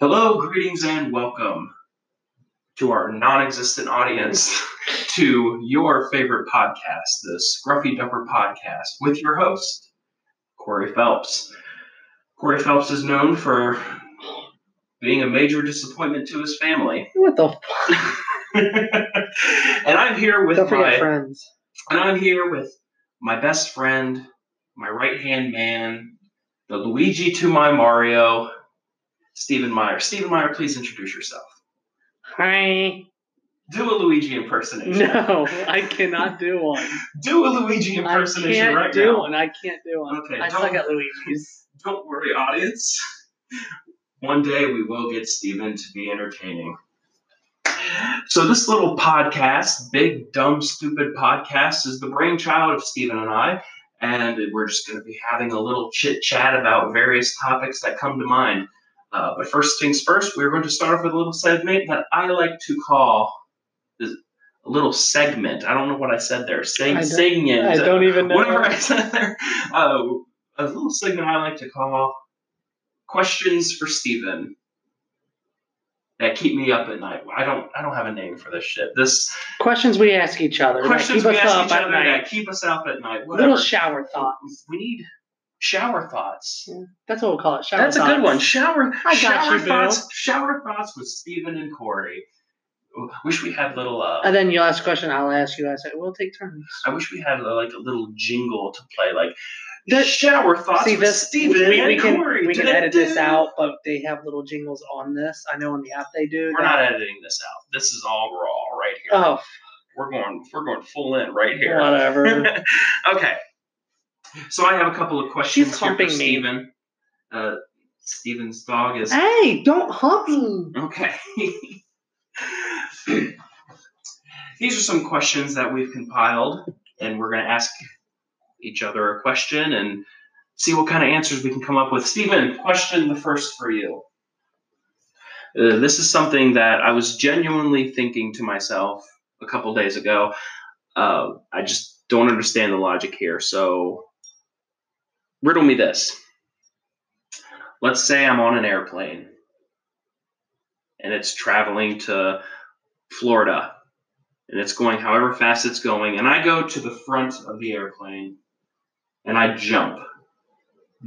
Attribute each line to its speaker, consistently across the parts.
Speaker 1: Hello, greetings, and welcome to our non existent audience to your favorite podcast, the Scruffy Dumper Podcast, with your host, Corey Phelps. Corey Phelps is known for being a major disappointment to his family.
Speaker 2: What the fuck?
Speaker 1: and I'm here with
Speaker 2: Don't forget
Speaker 1: my
Speaker 2: friends.
Speaker 1: and I'm here with my best friend, my right hand man, the Luigi to my Mario, Stephen Meyer. Stephen Meyer, please introduce yourself.
Speaker 2: Hi.
Speaker 1: Do a Luigi impersonation.
Speaker 2: No, I cannot do one.
Speaker 1: Do a Luigi
Speaker 2: I
Speaker 1: impersonation
Speaker 2: can't
Speaker 1: right
Speaker 2: do
Speaker 1: now.
Speaker 2: one. I can't do one.
Speaker 1: Okay,
Speaker 2: I
Speaker 1: don't-
Speaker 2: suck at Luigi's.
Speaker 1: Don't worry, audience. One day we will get Steven to be entertaining. So, this little podcast, Big Dumb Stupid Podcast, is the brainchild of Steven and I. And we're just going to be having a little chit chat about various topics that come to mind. Uh, but first things first, we're going to start off with a little segment that I like to call is a little segment. I don't know what I said there.
Speaker 2: I
Speaker 1: Seg-
Speaker 2: don't-
Speaker 1: segment.
Speaker 2: I don't even know.
Speaker 1: Whatever I said there. Uh, a little segment I like to call questions for Steven that keep me up at night. I don't I don't have a name for this shit. This
Speaker 2: Questions we ask each other. that
Speaker 1: questions
Speaker 2: keep
Speaker 1: we
Speaker 2: us
Speaker 1: ask
Speaker 2: up
Speaker 1: each
Speaker 2: at
Speaker 1: other
Speaker 2: night.
Speaker 1: that keep us up at night. Whatever.
Speaker 2: Little shower thoughts.
Speaker 1: we need shower thoughts.
Speaker 2: That's what we'll call it. Shower
Speaker 1: That's
Speaker 2: thoughts.
Speaker 1: a good one. Shower
Speaker 2: I got
Speaker 1: shower
Speaker 2: you, Bill.
Speaker 1: thoughts. Shower thoughts with Steven and Corey. Wish we had little uh,
Speaker 2: And then you'll ask a question. I'll ask you. I say we'll take turns.
Speaker 1: I wish we had uh, like a little jingle to play, like
Speaker 2: That-
Speaker 1: shower thoughts
Speaker 2: See
Speaker 1: with
Speaker 2: this.
Speaker 1: Steven
Speaker 2: we, we
Speaker 1: and
Speaker 2: can
Speaker 1: Corey.
Speaker 2: we can edit this
Speaker 1: Da-da-da.
Speaker 2: out, but they have little jingles on this. I know on the app they do.
Speaker 1: We're not editing this out. This is all raw right here.
Speaker 2: Oh,
Speaker 1: We're going we're going full in right here.
Speaker 2: whatever.
Speaker 1: okay. So I have a couple of questions
Speaker 2: She's
Speaker 1: here for
Speaker 2: humping me. Ah,
Speaker 1: Steven. Uh Steven's dog is
Speaker 2: Hey, don't hump me.
Speaker 1: Okay. These are some questions that we've compiled, and we're going to ask each other a question and see what kind of answers we can come up with. Stephen, question the first for you. Uh, this is something that I was genuinely thinking to myself a couple days ago. Uh, I just don't understand the logic here. So, riddle me this. Let's say I'm on an airplane and it's traveling to Florida and it's going however fast it's going. And I go to the front of the airplane and I jump.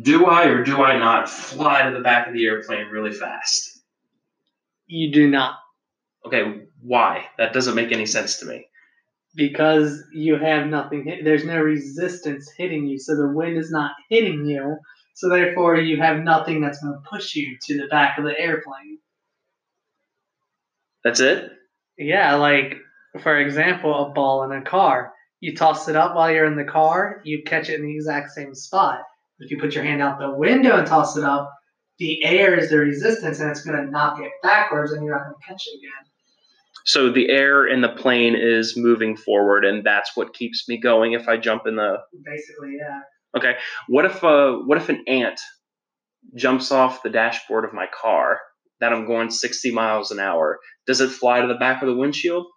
Speaker 1: Do I or do I not fly to the back of the airplane really fast?
Speaker 2: You do not.
Speaker 1: Okay, why? That doesn't make any sense to me.
Speaker 2: because you have nothing hit, there's no resistance hitting you so the wind is not hitting you so therefore you have nothing that's going to push you to the back of the airplane
Speaker 1: That's it?
Speaker 2: yeah like for example a ball in a car you toss it up while you're in the car you catch it in the exact same spot if you put your hand out the window and toss it up the air is the resistance and it's going to knock it backwards and you're not going to catch it again
Speaker 1: So the air in the plane is moving forward and that's what keeps me going if I jump in the
Speaker 2: basically yeah
Speaker 1: What if uh what if an ant jumps off the dashboard of my car that I'm going 60 miles an hour? Does it fly to the back of the windshield?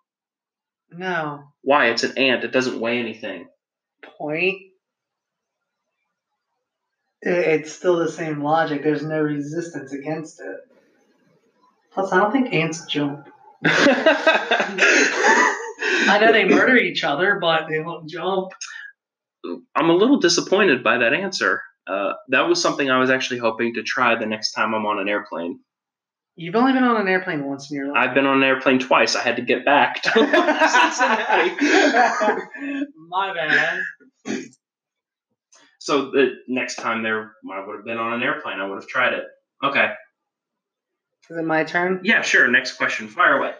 Speaker 2: no
Speaker 1: Why? It's an ant. It doesn't weigh anything.
Speaker 2: point, i- it's still the same logic. There's no resistance against it. Plus, I don't think ants jump. I
Speaker 1: I
Speaker 2: know they murder each other, but they won't jump.
Speaker 1: I'm a little disappointed by that answer. Uh, that was something I was actually hoping to try the next time I'm on an airplane.
Speaker 2: You've only been on an airplane once in your life.
Speaker 1: I've been on an airplane twice. I had to get back to Cincinnati.
Speaker 2: My bad.
Speaker 1: So the next time there, I would have been on an airplane. I would have tried it. Okay.
Speaker 2: Is it my turn?
Speaker 1: Yeah, sure. Next question. Fire away.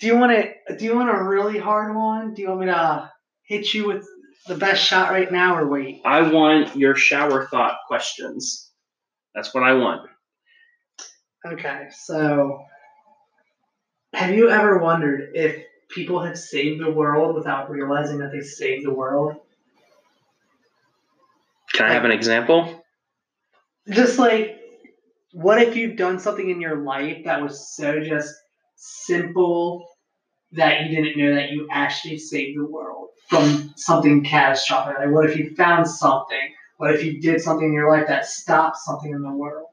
Speaker 2: Do you want to? Do you want a really hard one? Do you want me to hit you with the best shot right now, or wait?
Speaker 1: I want your shower thought questions. That's what I want.
Speaker 2: Okay, so have you ever wondered if people have saved the world without realizing that they saved the world?
Speaker 1: Can I have an example?
Speaker 2: Just like, what if you've done something in your life that was so just simple that you didn't know that you actually saved the world from something catastrophic? Like, what if you found something? What if you did something in your life that stopped something in the world?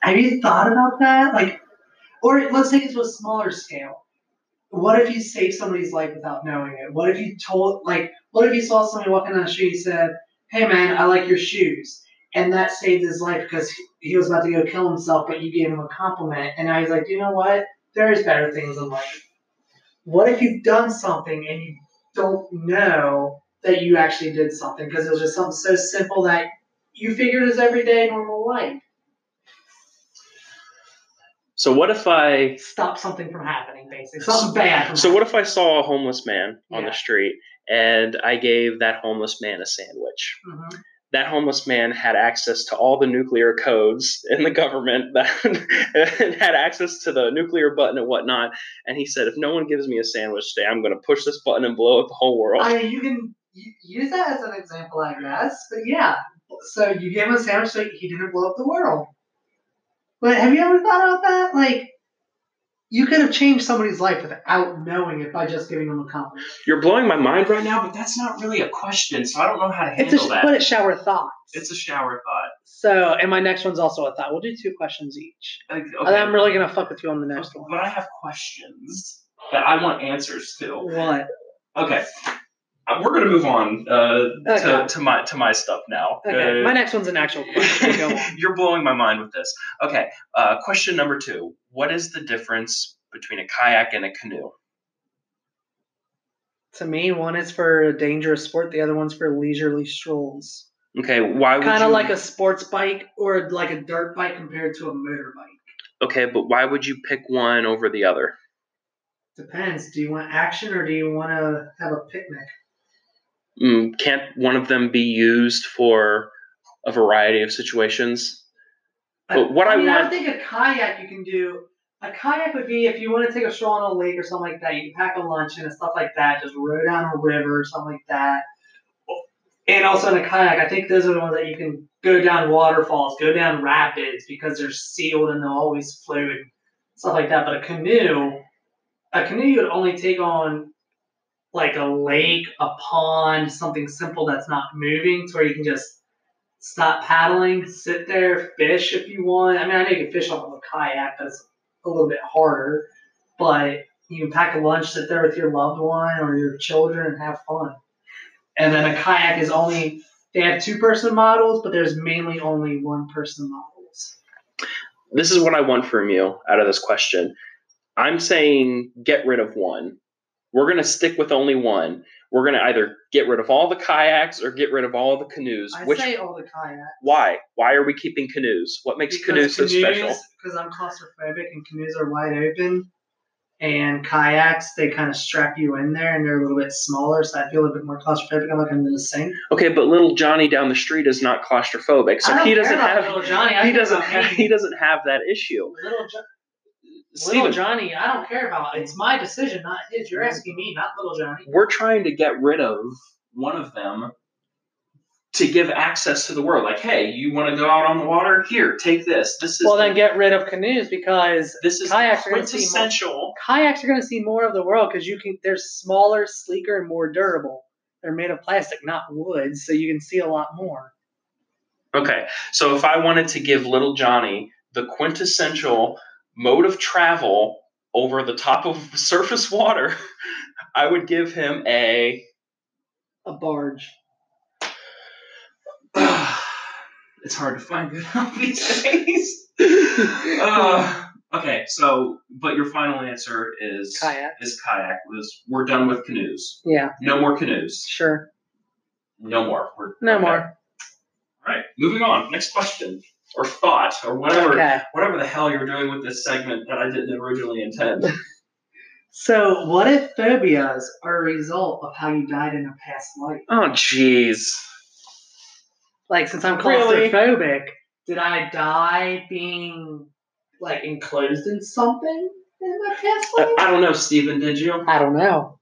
Speaker 2: Have you thought about that? Like, or let's take it to a smaller scale. What if you saved somebody's life without knowing it? What if you told, like, what if you saw somebody walking down the street and said, "Hey, man, I like your shoes," and that saved his life because he- he was about to go kill himself, but you gave him a compliment, and now he's like, "You know what? There is better things in life." What if you've done something and you don't know that you actually did something because it was just something so simple that you figured is everyday normal life?
Speaker 3: So what if I
Speaker 2: Stop something from happening, basically. Something bad. From
Speaker 3: so
Speaker 2: happening.
Speaker 3: what if I saw a homeless man on
Speaker 2: Yeah.
Speaker 3: the street and I gave that homeless man a sandwich?
Speaker 2: Mhm.
Speaker 3: That homeless man had access to all the nuclear codes in the government that and had access to the nuclear button and whatnot. And he said, if no one gives me a sandwich today, I'm gonna push this button and blow up the whole world.
Speaker 2: I mean, you can u- use that as an example, I guess. But yeah, so you gave him a sandwich so he didn't blow up the world. But have you ever thought about that? Like, you could have changed somebody's life without knowing it by just giving them a compliment.
Speaker 3: You're blowing my mind right
Speaker 1: right
Speaker 3: now.
Speaker 1: now, but that's not really a question, so I don't know how to
Speaker 2: It's a
Speaker 1: handle
Speaker 2: sh-
Speaker 1: that.
Speaker 2: put it shower thought.
Speaker 1: It's a shower thought.
Speaker 2: so, and my next one's also a thought. We'll do two questions each.
Speaker 1: Like,
Speaker 2: And
Speaker 1: okay,
Speaker 2: I'm really gonna fuck with you on the next one.
Speaker 1: but I have questions that I want answers to.
Speaker 2: What?
Speaker 1: Okay, Uh, we're gonna move on uh,
Speaker 2: Okay.
Speaker 1: to, to my to my stuff now.
Speaker 2: Okay.
Speaker 1: Uh,
Speaker 2: my next one's an actual question. Go on.
Speaker 1: You're blowing my mind with this. Okay, uh, question number two: What is the difference between a kayak and a canoe?
Speaker 2: To me, one is for a dangerous sport. The other one's for leisurely strolls.
Speaker 3: Okay, why would
Speaker 2: Kind of
Speaker 3: you-
Speaker 2: like a sports bike or like a dirt bike compared to a motorbike.
Speaker 3: Okay, but why would you pick one over the other?
Speaker 2: Depends. Do you want action or do you want to have a picnic?
Speaker 3: Mm, can't one of them be used for a variety of situations? But what I
Speaker 2: mean, I
Speaker 3: want-
Speaker 2: think a kayak you can do. A kayak would be if you want to take a stroll on a lake or something like that. You can pack a luncheon and stuff like that. Just row down a river or something like that. And also in a kayak, I think those are the ones that you can go down waterfalls, go down rapids because they're sealed and they're always fluid, stuff like that. But a canoe, a canoe you would only take on like a lake, a pond, something simple that's not moving, to where you can just stop paddling, sit there, fish if you want. I mean, I know you can fish off of a kayak, but it's a little bit harder. But you can pack a lunch, sit there with your loved one or your children, and have fun. And then a kayak is only they have two person models, but there's mainly only one person models.
Speaker 3: This is what I want from you out of this question. I'm saying get rid of one. We're going to stick with only one. We're going to either get rid of all the kayaks or get rid of all the canoes.
Speaker 2: I
Speaker 3: Which
Speaker 2: say all the kayak.
Speaker 3: why? Why are we keeping canoes? What makes canoes so special?
Speaker 2: Because I'm claustrophobic and canoes are wide open. And kayaks, they kind of strap you in there and they're a little bit smaller, so I feel a bit more claustrophobic. I'm like, I'm going to sink.
Speaker 3: Okay, but little Johnny down the street is not claustrophobic, so
Speaker 2: I don't
Speaker 3: he
Speaker 2: care
Speaker 3: doesn't
Speaker 2: about
Speaker 3: have
Speaker 2: little Johnny. I
Speaker 3: he
Speaker 2: care
Speaker 3: doesn't
Speaker 2: about
Speaker 3: have,
Speaker 2: me.
Speaker 3: he doesn't have that issue.
Speaker 2: Little, jo- little
Speaker 3: Steven,
Speaker 2: Johnny, I don't care about. It's my decision, not his. You're asking me, not little Johnny.
Speaker 3: we're trying to get rid of
Speaker 1: One of them to give access to the world. Like, hey, you want to go out on the water? Here, take this. This is
Speaker 2: Well,
Speaker 1: the-
Speaker 2: then get rid of canoes because
Speaker 1: this is
Speaker 2: kayaks are gonna see more-
Speaker 1: quintessential.
Speaker 2: kayaks are going to see more of the world because you can. They're smaller, sleeker, and more durable. They're made of plastic, not wood, so you can see a lot more.
Speaker 3: Okay, so if I wanted to give little Johnny the quintessential mode of travel over the top of surface water, I would give him a.
Speaker 2: A barge.
Speaker 1: it's hard to find good help these days. uh, okay, so but your final answer is
Speaker 2: Kayak.
Speaker 1: Is kayak was we're done with canoes.
Speaker 2: Yeah,
Speaker 1: No more canoes.
Speaker 2: sure.
Speaker 1: No more. We're,
Speaker 2: No
Speaker 1: okay.
Speaker 2: more.
Speaker 1: All right, moving on. Next question or thought or whatever
Speaker 2: Okay.
Speaker 1: whatever the hell you're doing with this segment that I didn't originally intend.
Speaker 2: So, what if phobias are a result of how you died in a past life?
Speaker 3: Oh, jeez.
Speaker 2: Like, since I'm
Speaker 3: Really?
Speaker 2: claustrophobic, did I die being like enclosed in something in my past life?
Speaker 1: I don't know, Stephen. Did you?
Speaker 2: I don't know.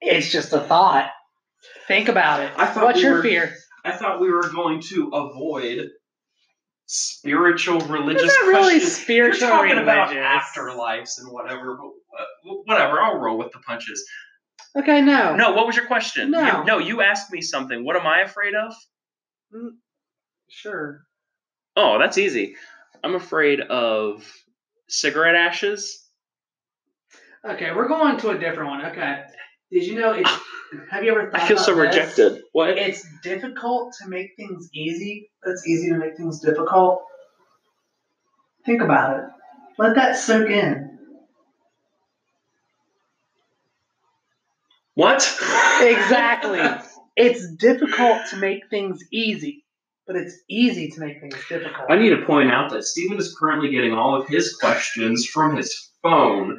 Speaker 2: It's just a thought. Think about it.
Speaker 1: I thought
Speaker 2: What's
Speaker 1: we
Speaker 2: your
Speaker 1: were-
Speaker 2: fear?
Speaker 1: I thought we were going to avoid spiritual religious
Speaker 2: It's not really
Speaker 1: questions. You're
Speaker 2: spiritual
Speaker 1: talking about
Speaker 2: religious.
Speaker 1: afterlives and whatever, but uh, w- whatever. I'll roll with the punches.
Speaker 2: Okay, no.
Speaker 3: No, what was your question?
Speaker 2: Oh. No.
Speaker 3: You, no, you asked me something. What am I afraid of?
Speaker 2: Sure.
Speaker 3: Oh, that's easy. I'm afraid of cigarette ashes.
Speaker 2: Okay, we're going to a different one. Okay. Did you know it's have you ever thought
Speaker 3: I feel
Speaker 2: about
Speaker 3: so
Speaker 2: this?
Speaker 3: rejected. What?
Speaker 2: It's difficult to make things easy, but it's easy to make things difficult. Think about it. Let that soak in.
Speaker 1: What?
Speaker 2: Exactly. It's difficult to make things easy, but it's easy to make things difficult.
Speaker 1: I need to point out that Steven is currently getting all of his questions from his phone.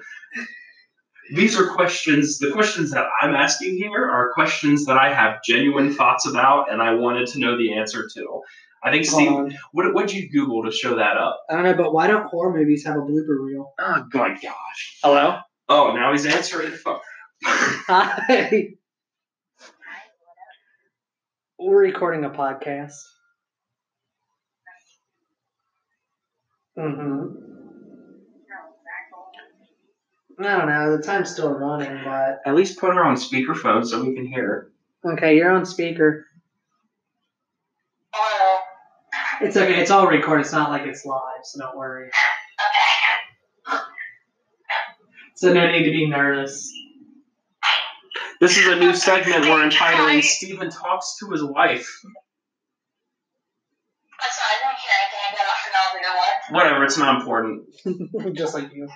Speaker 1: These are questions, the questions that I'm asking here are questions that I have genuine thoughts about and I wanted to know the answer to. I think, Steve,
Speaker 2: Hold on.
Speaker 1: what, what'd you Google to show that up?
Speaker 2: I don't know, but why don't horror movies have a blooper reel?
Speaker 1: Oh, my gosh.
Speaker 3: Hello?
Speaker 1: Oh, now he's answering the phone.
Speaker 2: Hi. We're recording a podcast. Mm-hmm. I don't know. The time's still running, but
Speaker 1: At least put her on speakerphone so we can hear.
Speaker 2: okay, you're on speaker.
Speaker 4: Hello.
Speaker 2: It's okay. It's all recorded. It's not like it's live, so don't worry. So no need to be nervous.
Speaker 1: This is a new segment we're entitling Steven Talks to His Wife.
Speaker 4: I'm sorry, I don't hear anything. I got off and
Speaker 1: Whatever,
Speaker 4: on, you know what?
Speaker 1: it's not important.
Speaker 2: Just like you.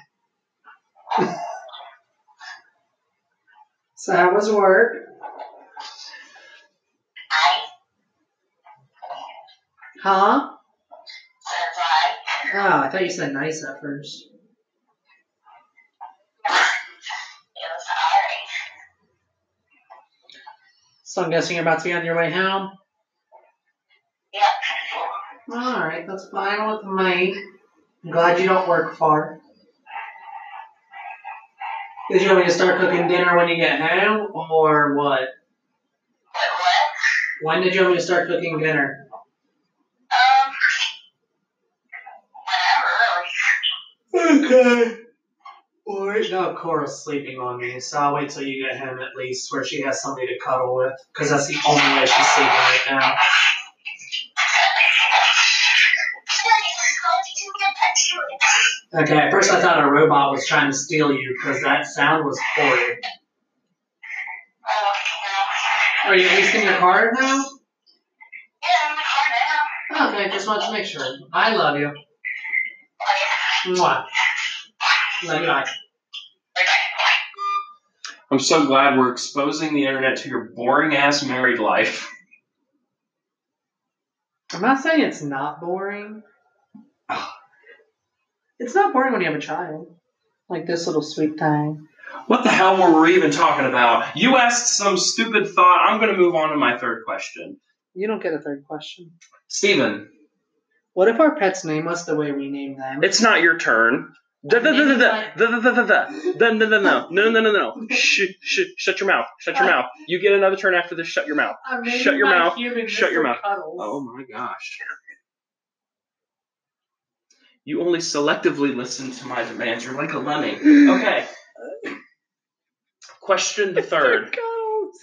Speaker 2: so that was work.
Speaker 4: I
Speaker 2: Huh?
Speaker 4: said I.
Speaker 2: Oh, I thought you said nice at first.
Speaker 4: It was alright.
Speaker 2: So I'm guessing you're about to be on your way home.
Speaker 4: Yep.
Speaker 2: All right, that's fine with me. I'm glad you don't work far. Did you want me to start cooking dinner when you get home, or what?
Speaker 4: But what?
Speaker 2: When did you want me to start cooking dinner?
Speaker 4: Um. Whatever, really.
Speaker 2: Okay. Well, right now Cora's sleeping on me, so I'll wait till you get home at least, where she has somebody to cuddle with, because that's the only way she's sleeping right now.
Speaker 4: How did you get that to it?
Speaker 2: Okay, at first I thought a robot was trying to steal you because that sound was horrid.
Speaker 4: Oh, no.
Speaker 2: Are you at least in your car now?
Speaker 4: Yeah, I'm in the car now.
Speaker 2: Okay, just wanted to make sure. I love you. Mwah. Love you. bye.
Speaker 1: I'm so glad we're exposing the internet to your boring ass married life.
Speaker 2: I'm not saying it's not boring. It's not boring when you have a child. Like this little sweet thing.
Speaker 1: What the hell were we even talking about? You asked some stupid thought. I'm going to move on to my third question.
Speaker 2: You don't get a third question.
Speaker 1: Steven,
Speaker 2: What if our pet's name was the way we name them?
Speaker 3: It's not your turn. Da- da- da- da- da- da- da- da- da- da. Da- da- da- No, no, no, no, no. Shh, shh, shut your mouth. Shut your mouth. You get another turn after this. Shut your mouth.
Speaker 2: I'm
Speaker 3: shut your
Speaker 2: Uh, my
Speaker 3: mouth.
Speaker 2: Human
Speaker 3: Shut your
Speaker 2: Mr.
Speaker 3: mouth.
Speaker 2: Cuddles.
Speaker 1: oh my gosh.
Speaker 3: You only
Speaker 1: Selectively listen to my demands. You're like a
Speaker 3: Oh,
Speaker 1: lemming. Okay.
Speaker 3: question the
Speaker 2: Mr.
Speaker 3: third.
Speaker 2: Cuddles.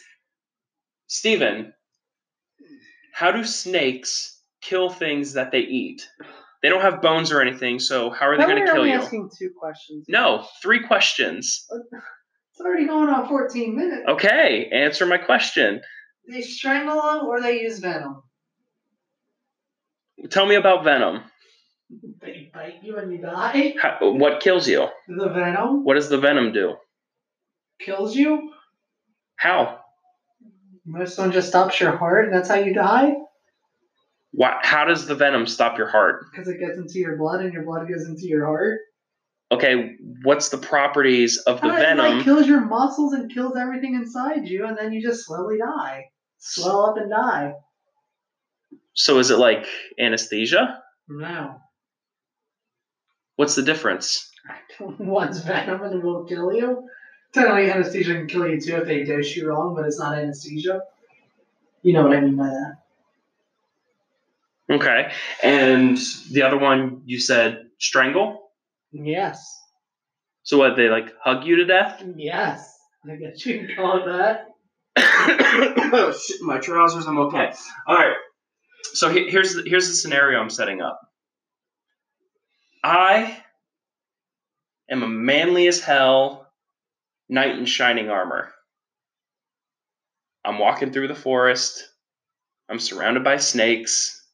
Speaker 3: Steven, how do snakes kill things that they eat? They don't have bones or anything, so how are they
Speaker 2: Why
Speaker 3: going
Speaker 2: we
Speaker 3: to kill
Speaker 2: only
Speaker 3: you?
Speaker 2: asking two questions.
Speaker 3: No, three questions.
Speaker 2: It's already going on 14 minutes.
Speaker 3: Oh. Okay, answer my question.
Speaker 2: They strangle them or they use venom.
Speaker 3: Tell me about venom.
Speaker 2: They bite you and you die.
Speaker 3: How, what kills you?
Speaker 2: The venom
Speaker 3: What does the venom do?
Speaker 2: kills you.
Speaker 3: How?
Speaker 2: Most one just stops your heart, and that's how you die.
Speaker 3: Why, how does the venom stop your heart?
Speaker 2: Because it gets into your blood, and your blood goes into your heart.
Speaker 3: Okay, what's the properties of the
Speaker 2: Uh, it,
Speaker 3: venom?
Speaker 2: like, kills your muscles and kills everything inside you, and then you just slowly die, swell up and die.
Speaker 3: so is it like anesthesia?
Speaker 2: No,
Speaker 3: What's the difference?
Speaker 2: one's venom and it will kill you. Technically, anesthesia can kill you too if they dose you wrong, but it's not anesthesia. You know what I mean by that?
Speaker 3: Okay, and the other one you said strangle.
Speaker 2: Yes.
Speaker 3: So what? They like hug you to death?
Speaker 2: Yes. I guess you can call it that.
Speaker 1: oh, shit, my trousers. I'm okay. All right. So he- here's the, here's the scenario I'm setting up. I am a manly as hell knight in shining armor. I'm walking through the forest. I'm surrounded by snakes,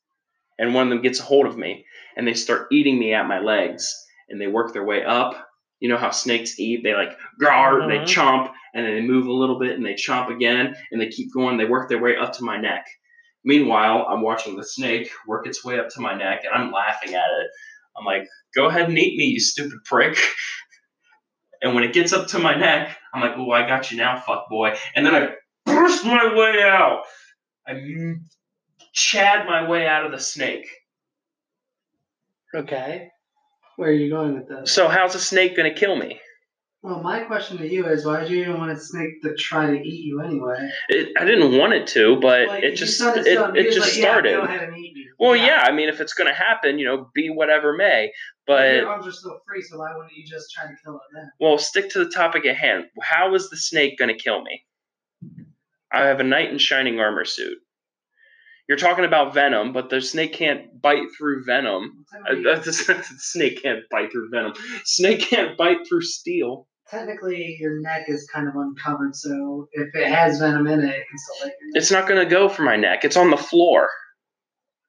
Speaker 1: and one of them gets a hold of me, and they start eating me at my legs, and they work their way up. You know how snakes eat? They like gar, and they
Speaker 3: Mhm.
Speaker 1: chomp, and then they move a little bit, and they chomp again, and they keep going. They work their way up to my neck. Meanwhile, I'm watching the snake work its way up to my neck, and I'm laughing at it. I'm like, "Go ahead and eat me, you stupid prick." And when it gets up to my neck, I'm like, "Oh, I got you now, fuck boy." And then I burst my way out. I m- chad my way out of the snake.
Speaker 2: Okay. Where are you going with this?
Speaker 3: So how's a snake gonna kill me?
Speaker 2: Well, my question to you is, why do you even want a snake to try to eat you anyway?
Speaker 3: It, I didn't want it to, but
Speaker 2: Like,
Speaker 3: it
Speaker 2: you
Speaker 3: just
Speaker 2: said
Speaker 3: it,
Speaker 2: it's done. He
Speaker 3: it
Speaker 2: was
Speaker 3: just
Speaker 2: like, "Yeah,
Speaker 3: started.
Speaker 2: go ahead and eat me."
Speaker 3: well, yeah. I mean, if it's gonna happen, you know, be whatever may. But
Speaker 2: your arms are still free, so why wouldn't you just try to kill it then?
Speaker 3: Well, stick to the topic at hand. How is the snake going to kill me? I have a knight in shining armor suit. You're talking about venom, but the snake can't bite through venom. Uh,
Speaker 2: Technically,
Speaker 3: that's- the snake can't bite through venom. Snake can't bite through steel.
Speaker 2: technically, your neck is kind of uncovered, so if it has venom in it, it can still bite your neck.
Speaker 3: It's not going to go for my neck. It's on the floor.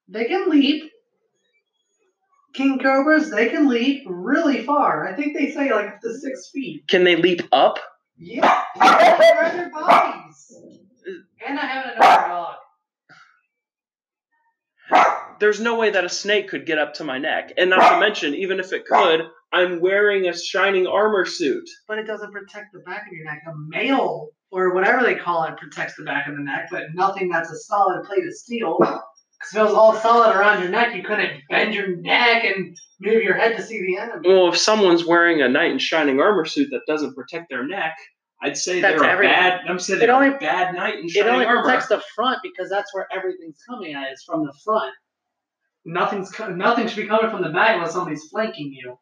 Speaker 2: They can leap. King cobras, they can leap really far. I think they say like up to six feet.
Speaker 3: Can they leap up?
Speaker 2: Yeah, they're on their bodies. And I have another dog.
Speaker 3: There's no way that a snake could get up to my neck. And not to mention, even if it could, I'm wearing a shining armor suit.
Speaker 2: but it doesn't protect the back of your neck. A mail or whatever they call it protects the back of the neck, but nothing that's a solid plate of steel. 'Cause if it was all solid around your neck, you couldn't bend your neck and move your head to see the enemy.
Speaker 3: Well, if
Speaker 1: Someone's wearing a knight in shining armor suit that doesn't protect their neck. I'd say
Speaker 2: That's
Speaker 1: they're a
Speaker 2: everyone.
Speaker 1: bad. I'm saying
Speaker 2: It
Speaker 1: they're a
Speaker 2: only-
Speaker 1: bad knight in
Speaker 2: It
Speaker 1: shining
Speaker 2: only
Speaker 1: armor.
Speaker 2: protects the front because that's where everything's coming at. It's from the front. Nothing's co- nothing should be coming from the back unless somebody's flanking you.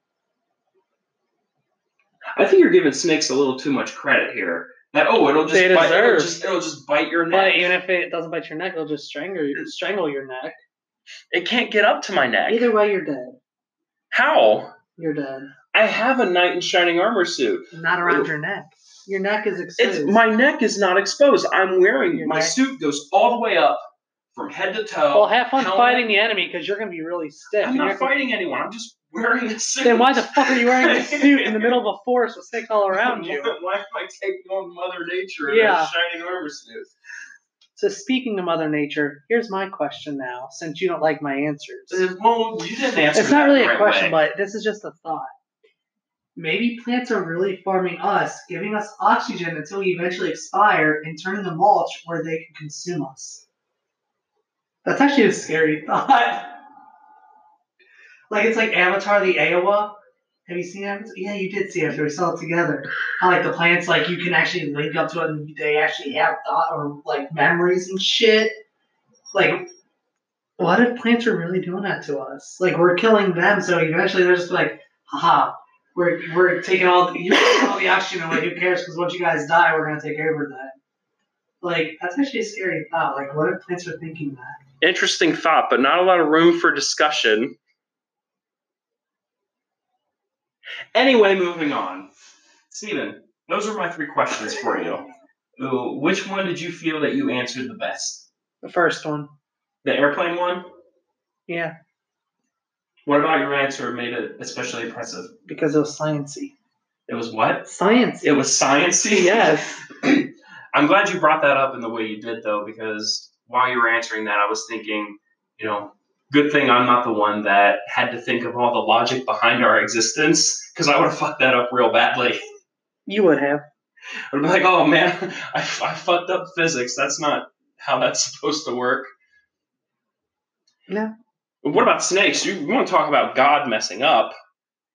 Speaker 1: I think you're giving snakes a little too much credit here. That oh, it'll just
Speaker 2: They
Speaker 1: bite, it'll
Speaker 2: deserve.
Speaker 1: just it'll just bite your neck.
Speaker 2: if it doesn't bite your neck, it'll just strangle you, strangle your neck.
Speaker 3: it can't get up to my neck,
Speaker 2: Either way, you're dead.
Speaker 3: how?
Speaker 2: You're dead.
Speaker 3: I have a knight in shining armor suit.
Speaker 2: Not around your neck. Your neck is exposed.
Speaker 3: It's my neck is not exposed. I'm wearing
Speaker 2: Your
Speaker 1: My
Speaker 3: my
Speaker 2: neck.
Speaker 1: suit goes all the way up from head to toe.
Speaker 2: Well, have fun
Speaker 1: Helmet.
Speaker 2: fighting the enemy because you're going to be really stiff.
Speaker 1: I'm
Speaker 2: and
Speaker 1: not
Speaker 2: you're gonna-
Speaker 1: fighting anyone. I'm just wearing a suit.
Speaker 2: Then why the fuck are you wearing a suit in the middle of a forest with snakes all around you?
Speaker 1: Why am I taking on Mother Nature
Speaker 2: Yeah.
Speaker 1: and shining armor suit?
Speaker 2: So speaking to Mother Nature, here's my question now, since you don't like my answers.
Speaker 1: Uh, Well, you didn't answer.
Speaker 2: It's not
Speaker 1: that
Speaker 2: really
Speaker 1: the
Speaker 2: a
Speaker 1: right
Speaker 2: question,
Speaker 1: way.
Speaker 2: but this is just a thought. Maybe plants are really farming us, giving us oxygen until we eventually expire and turn into mulch where they can consume us. That's actually a scary thought. like it's like Avatar the Iowa. Have you seen Avatar? Yeah, you did see it after we saw it together. How like the plants like you can actually link up to it and they actually have thought or like memories and shit. Like what if plants are really doing that to us? Like we're killing them, so eventually they're just like, haha, we're we're taking all you taking all the oxygen away. Who cares? Because once you guys die, we're gonna take over that. Like that's actually a scary thought. Like what if plants are thinking that?
Speaker 3: Interesting thought, but not a lot of room for discussion.
Speaker 1: Anyway, moving on. Steven, those are my three questions for you. Ooh, Which one did you feel that you answered the best?
Speaker 2: The first one,
Speaker 1: The airplane one?
Speaker 2: yeah,
Speaker 1: What about your answer made it especially impressive?
Speaker 2: because it was sciency.
Speaker 1: It was what?
Speaker 2: Science.
Speaker 1: It was sciency.
Speaker 2: Yes.
Speaker 1: I'm glad you brought that up in the way you did, though, because while you were answering that, I was thinking, you know, good thing I'm not the one that had to think of all the logic behind our existence, because I would have fucked that up real badly.
Speaker 2: You would have.
Speaker 1: I'd be like, oh man, I, I fucked up physics. That's not how that's supposed to work.
Speaker 2: No.
Speaker 3: What about snakes? You, want to talk about God messing up?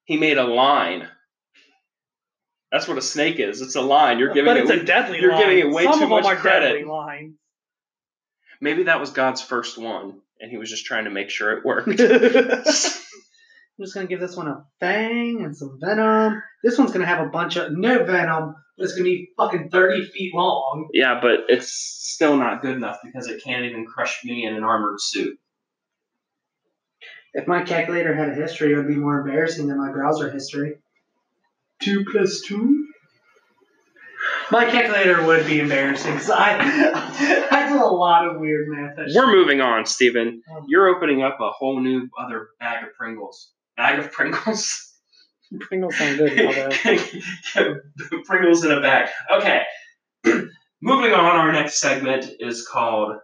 Speaker 3: He made a line. That's what a snake is. It's a line. You're giving it.
Speaker 2: deadly
Speaker 3: you're giving it way
Speaker 2: Some
Speaker 3: too
Speaker 2: of them
Speaker 3: much
Speaker 2: are
Speaker 3: credit.
Speaker 2: deadly lines.
Speaker 3: maybe that was God's first one, and he was just trying to make sure it worked.
Speaker 2: I'm just gonna give this one a fang and some venom. This one's gonna have a bunch of no venom, but it's gonna be fucking 30 feet long.
Speaker 3: yeah, but
Speaker 1: It's still not good enough because it can't even crush me in an armored suit.
Speaker 2: If my calculator had a history, it would be more embarrassing than my browser history. Two plus two? My calculator would be embarrassing because I, I did a lot of weird math. that
Speaker 3: We're moving on, Steven.
Speaker 2: Um,
Speaker 1: You're opening up a whole new other bag of Pringles. Bag of Pringles?
Speaker 2: Pringles sound good, although.
Speaker 1: Pringles in a bag. Okay. Moving on, our next segment is called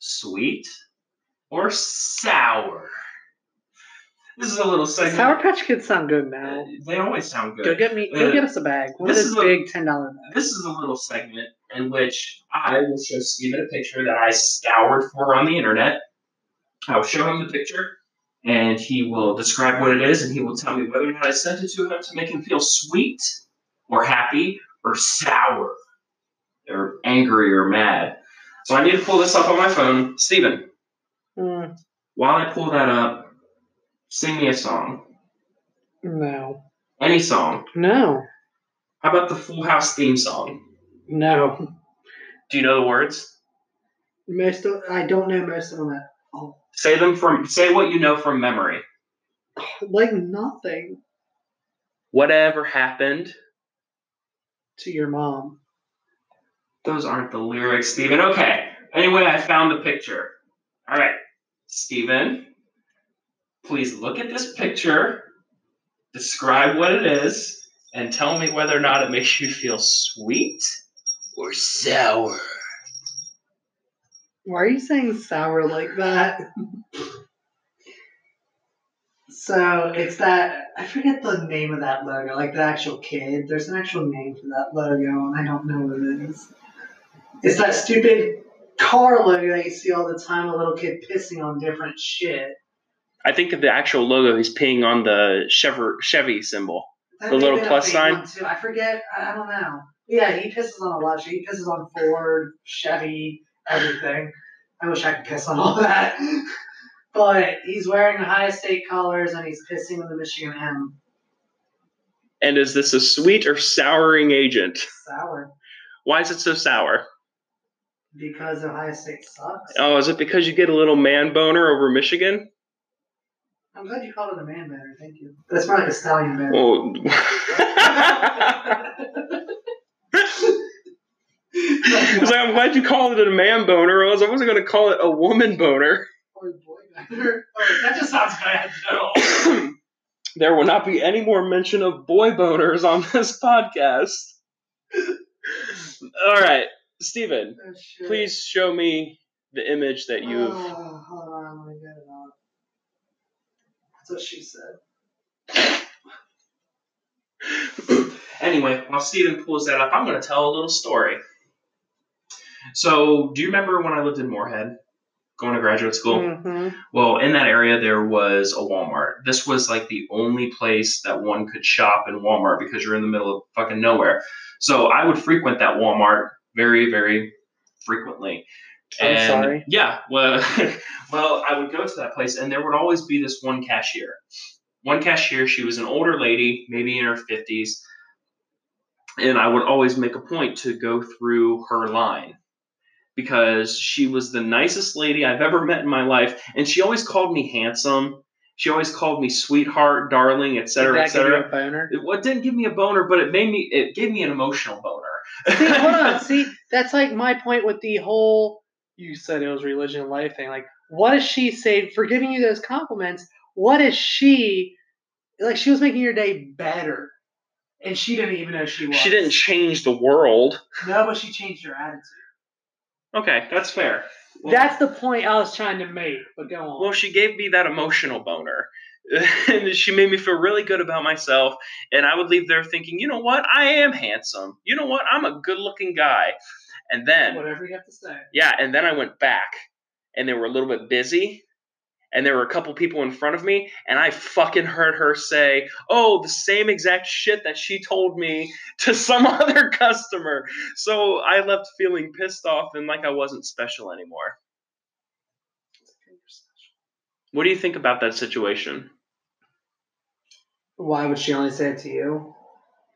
Speaker 1: Sweet or Sour. This is a little segment.
Speaker 2: Sour Patch Kids sound good
Speaker 1: Uh,
Speaker 2: now.
Speaker 1: They always sound good.
Speaker 2: Go get me. Go
Speaker 1: Uh,
Speaker 2: get us a bag. One of
Speaker 1: this
Speaker 2: those
Speaker 1: is a-
Speaker 2: big ten dollar bags.
Speaker 1: This is a little segment in which I will show Steven a picture that I scoured for on the internet. I will show him the picture, and he will describe what it is, and he will tell me whether or not I sent it to him to make him feel sweet or happy or sour or angry or mad. So I need to pull this up on my phone. Steven,
Speaker 2: Mm,
Speaker 1: while I pull that up, sing me a song.
Speaker 2: no,
Speaker 1: Any song.
Speaker 2: no,
Speaker 1: How about the Full House theme song?
Speaker 2: no.
Speaker 1: Do you know the words?
Speaker 2: Most of, I don't know most of them at all.
Speaker 1: Say them from say what you know from memory.
Speaker 2: Like nothing
Speaker 3: Whatever happened?
Speaker 2: to your mom.
Speaker 1: Those aren't the lyrics, Steven. Okay. Anyway, I found the picture. All right. Steven, please look at this picture, describe what it is, and tell me whether or not it makes you feel sweet or sour.
Speaker 2: Why are you saying sour like that? so it's that I forget the name of that logo, like the actual kid. There's an actual name for that logo, and I don't know what it is. It's that stupid car logo that you see all the time, a little kid pissing on different shit.
Speaker 3: I think of the actual logo he's peeing on the Chevy, Chevy symbol.
Speaker 2: That
Speaker 3: The
Speaker 2: may
Speaker 3: little
Speaker 2: be a
Speaker 3: plus
Speaker 2: fake
Speaker 3: sign?
Speaker 2: one, Too. I forget. I don't know. Yeah, he pisses on a lot. of shit. He pisses on Ford, Chevy, everything. I wish I could piss on all that. But he's wearing Ohio State colors and he's pissing on the Michigan M.
Speaker 3: And is this a sweet or souring agent?
Speaker 2: Sour.
Speaker 3: Why is it so sour?
Speaker 2: Because Ohio State sucks.
Speaker 3: Oh, is it because you get a little man boner over Michigan?
Speaker 2: I'm glad you called it a man banner. Thank you. That's more like a stallion banner.
Speaker 3: Oh. I was like, I'm glad you called it a man boner. I was I wasn't going to call it a woman boner.
Speaker 2: Or boy banner. Oh, that just sounds bad. No.
Speaker 3: there will not be any more mention of boy boners on this podcast. All right, Steven,
Speaker 2: Oh, shit.
Speaker 3: please show me the image that you've.
Speaker 2: Oh, hold on, let me get it up. That's what she said.
Speaker 1: Anyway, while Steven pulls that up, I'm gonna tell a little story. So do you remember when I lived in Moorhead? Going to graduate school? Well, in that area, there was a Walmart. This was like the only place that one could shop in Walmart because you're in the middle of fucking nowhere. So I would frequent that Walmart very, very frequently.
Speaker 3: I'm
Speaker 1: And,
Speaker 3: sorry.
Speaker 1: Yeah. Well, well, I would go to that place, and there would always be this one cashier. One cashier. She was an older lady, maybe in her fifties, and I would always make a point to go through her line because she was the nicest lady I've ever met in my life, and she always called me handsome. She always called me sweetheart, darling, etc.,
Speaker 2: Did that give you
Speaker 1: etc.
Speaker 2: a boner?
Speaker 1: It what didn't give me a boner, but it made me. It gave me an emotional boner.
Speaker 2: See, hold on. See, that's like my point with the whole you said it was religion and life thing. Like, what does she say for giving you those compliments? What is she like? She was making your day better, and she didn't even know she was.
Speaker 3: She didn't change the world.
Speaker 2: No, but she changed her attitude.
Speaker 1: okay, that's fair. Well-
Speaker 2: that's the point I was trying to make. But go on.
Speaker 3: Well, she gave me that emotional boner. and she made me feel really good about myself. And I would leave there thinking, you know what? I am handsome. You know what? I'm a good looking guy. And then,
Speaker 2: Whatever you have to say.
Speaker 3: yeah, and then I went back and they were a little bit busy. And there were a couple people in front of me. And I fucking heard her say, oh, the same exact shit that she told me to some other customer. So I left feeling pissed off and like I wasn't special anymore. What do you think about that situation?
Speaker 2: Why would she only say it to you?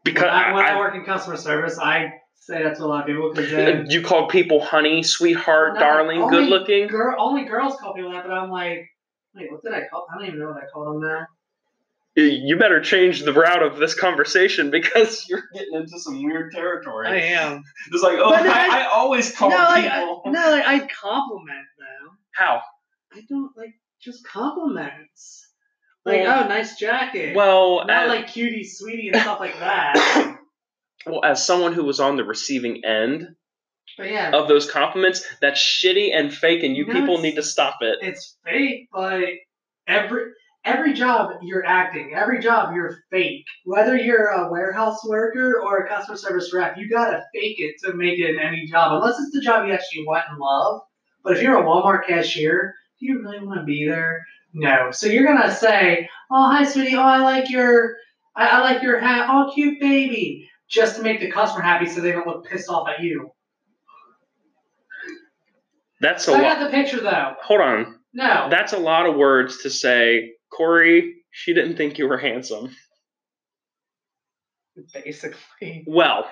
Speaker 3: Because
Speaker 2: when I, when I
Speaker 3: I-
Speaker 2: work in customer service, I say that to a lot of people because
Speaker 3: Uh,
Speaker 2: then
Speaker 3: You called people honey, sweetheart,
Speaker 2: No,
Speaker 3: darling,
Speaker 2: only
Speaker 3: good looking.
Speaker 2: girl, only girls call people that, but I'm like, Wait, what did I call? I don't even know what I called him now.
Speaker 1: You- You better change the route of this conversation because you're.
Speaker 5: Getting into some weird territory.
Speaker 2: I am.
Speaker 5: It's like, oh,
Speaker 2: But then
Speaker 5: I, I always call
Speaker 2: no, like, I,
Speaker 5: people.
Speaker 2: no, like, I compliment them.
Speaker 1: How?
Speaker 2: I don't like just compliments. Like,
Speaker 1: Well-
Speaker 2: oh, nice jacket.
Speaker 1: Well, uh,
Speaker 2: not
Speaker 1: as,
Speaker 2: like cutie, sweetie, and stuff like that.
Speaker 1: well, as someone who was on the receiving end
Speaker 2: but yeah,
Speaker 1: of those compliments, that's shitty and fake, and you
Speaker 2: No,
Speaker 1: people
Speaker 2: it's-
Speaker 1: need to stop it.
Speaker 2: it's fake, but every every job you're acting, every job you're fake. Whether you're a warehouse worker or a customer service rep, you gotta fake it to make it in any job, unless it's the job you actually want and love. But if you're a Walmart cashier, do you really want to be there? No. So you're gonna say, "Oh, hi, sweetie. Oh, I like your, I, I like your hat. Oh, cute baby," just to make the customer happy, so they don't look pissed off at you.
Speaker 1: That's a
Speaker 2: So I
Speaker 1: lot.
Speaker 2: got the picture though.
Speaker 1: Hold on.
Speaker 2: No.
Speaker 1: That's a lot of words to say, Corey, she didn't think you were handsome.
Speaker 2: Basically.
Speaker 1: Well,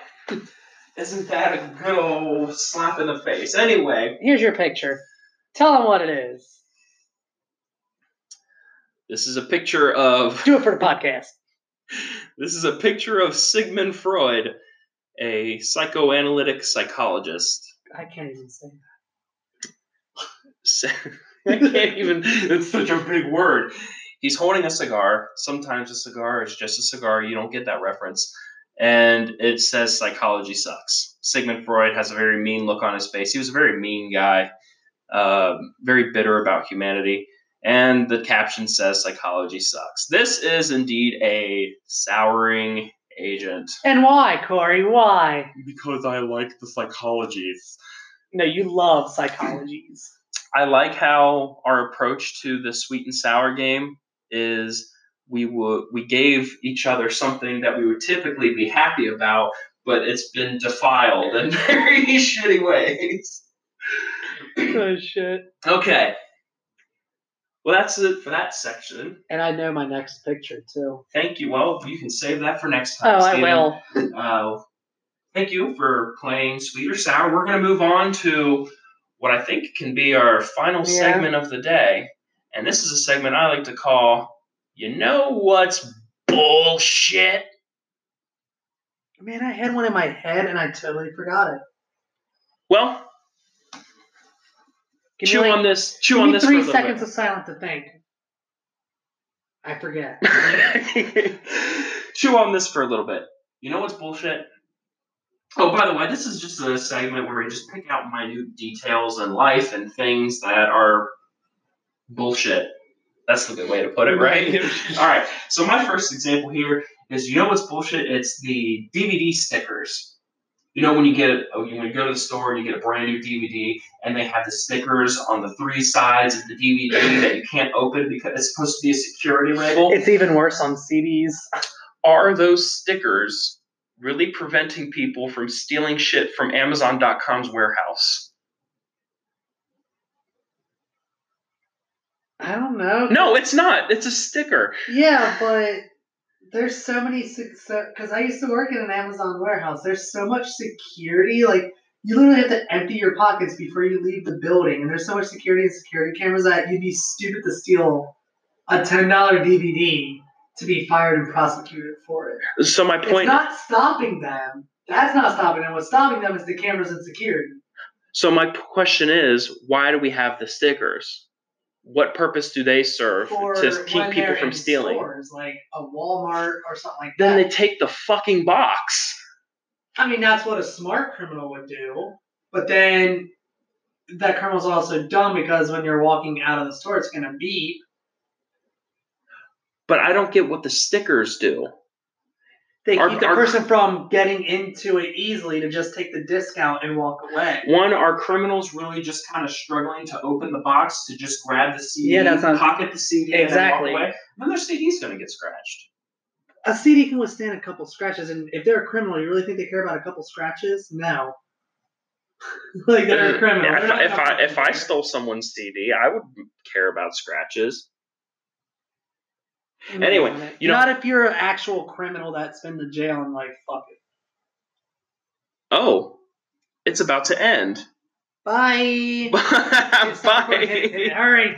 Speaker 5: Isn't that a good old slap in the face? Anyway,
Speaker 2: Here's your picture. Tell them what it is.
Speaker 1: this is a picture of
Speaker 2: Do it for the podcast.
Speaker 1: this is a picture of Sigmund Freud, a psychoanalytic psychologist.
Speaker 2: I can't even say
Speaker 1: S- I can't even it's such a big word. He's holding a cigar. Sometimes a cigar is just a cigar. You don't get that reference. And it says psychology sucks. Sigmund Freud has a very mean look on his face. He was a very mean guy, um, very bitter about humanity. And the caption says psychology sucks. This is indeed a souring agent.
Speaker 2: that. And why, Corey? Why?
Speaker 1: Because I like the psychologies.
Speaker 2: No, you love psychologies.
Speaker 1: I like how our approach to the sweet and sour game is we would we gave each other something that we would typically be happy about, but it's been defiled in very shitty ways.
Speaker 2: oh shit.
Speaker 1: Okay. Well, that's it for that section.
Speaker 2: And I know my next picture too.
Speaker 1: Thank you. Well, you can save that for next
Speaker 2: Oh,
Speaker 1: time.
Speaker 2: I
Speaker 1: Steven.
Speaker 2: will.
Speaker 1: Uh, thank you for playing Sweet or Sour. We're going to move on to what I think can be our final
Speaker 2: Yeah.
Speaker 1: segment of the day. And this is a segment I like to call You Know What's Bullshit?
Speaker 2: Man, I had one in my head and I totally forgot it.
Speaker 1: Well,
Speaker 2: Give
Speaker 1: chew
Speaker 2: me like,
Speaker 1: on this. Chew
Speaker 2: give
Speaker 1: on
Speaker 2: me
Speaker 1: this
Speaker 2: three
Speaker 1: for a
Speaker 2: seconds
Speaker 1: little
Speaker 2: of silence to think. I forget.
Speaker 1: bit. chew on this for a little bit. You know what's bullshit? Oh, by the way, this is just a segment where we just pick out minute details in life and things that are bullshit. That's the good way to put it, right? All right. So my first example here is you know what's bullshit? It's the DVD stickers. You know when you get when you go to the store and you get a brand new DVD and they have the stickers on the three sides of the DVD that you can't open because it's supposed to be a security label.
Speaker 2: It's even worse on CDs.
Speaker 1: Are those stickers really preventing people from stealing shit from Amazon.com's warehouse?
Speaker 2: I don't know.
Speaker 1: No, it's not. It's a sticker.
Speaker 2: Yeah, but there's so many because I used to work in an Amazon warehouse. There's so much security. Like you literally have to empty your pockets before you leave the building, and there's so much security and security cameras that you'd be stupid to steal a ten dollar DVD to be fired and prosecuted for it.
Speaker 1: So my
Speaker 2: It's
Speaker 1: point.
Speaker 2: not stopping them. That's not stopping them. What's stopping them is the cameras and security.
Speaker 1: so my p- question is, why do we have the stickers? What purpose do they serve
Speaker 2: For
Speaker 1: to
Speaker 2: when
Speaker 1: keep
Speaker 2: they're
Speaker 1: people from
Speaker 2: in
Speaker 1: stealing?
Speaker 2: stores, like a Walmart or something like
Speaker 1: Then
Speaker 2: that.
Speaker 1: they take the fucking box.
Speaker 2: I mean, that's what a smart criminal would do. But then that criminal's also dumb because when you're walking out of the store, it's going to beep.
Speaker 1: But I don't get what the stickers do.
Speaker 2: They keep
Speaker 1: Our-
Speaker 2: the
Speaker 1: our-
Speaker 2: person from getting into it easily to just take the discount and walk away.
Speaker 1: One, are criminals really just kind of struggling to open the box to just grab the CD,
Speaker 2: Yeah, that's not-
Speaker 1: pocket the CD,
Speaker 2: Exactly.
Speaker 1: and then walk away? Then their CD's going to get scratched.
Speaker 2: A CD can withstand a couple scratches, and if they're a criminal, you really think they care about a couple scratches? No. like they're a criminal.
Speaker 1: Mm, Yeah, if,
Speaker 2: They're not
Speaker 1: I- if
Speaker 2: gonna
Speaker 1: I if I
Speaker 2: care.
Speaker 1: stole someone's CD, I would care about scratches. Anyway, you know-
Speaker 2: not if you're an actual criminal that's been to jail and like fuck it.
Speaker 1: Oh, it's about to end.
Speaker 2: Bye.
Speaker 1: Bye.
Speaker 2: It's not- All right.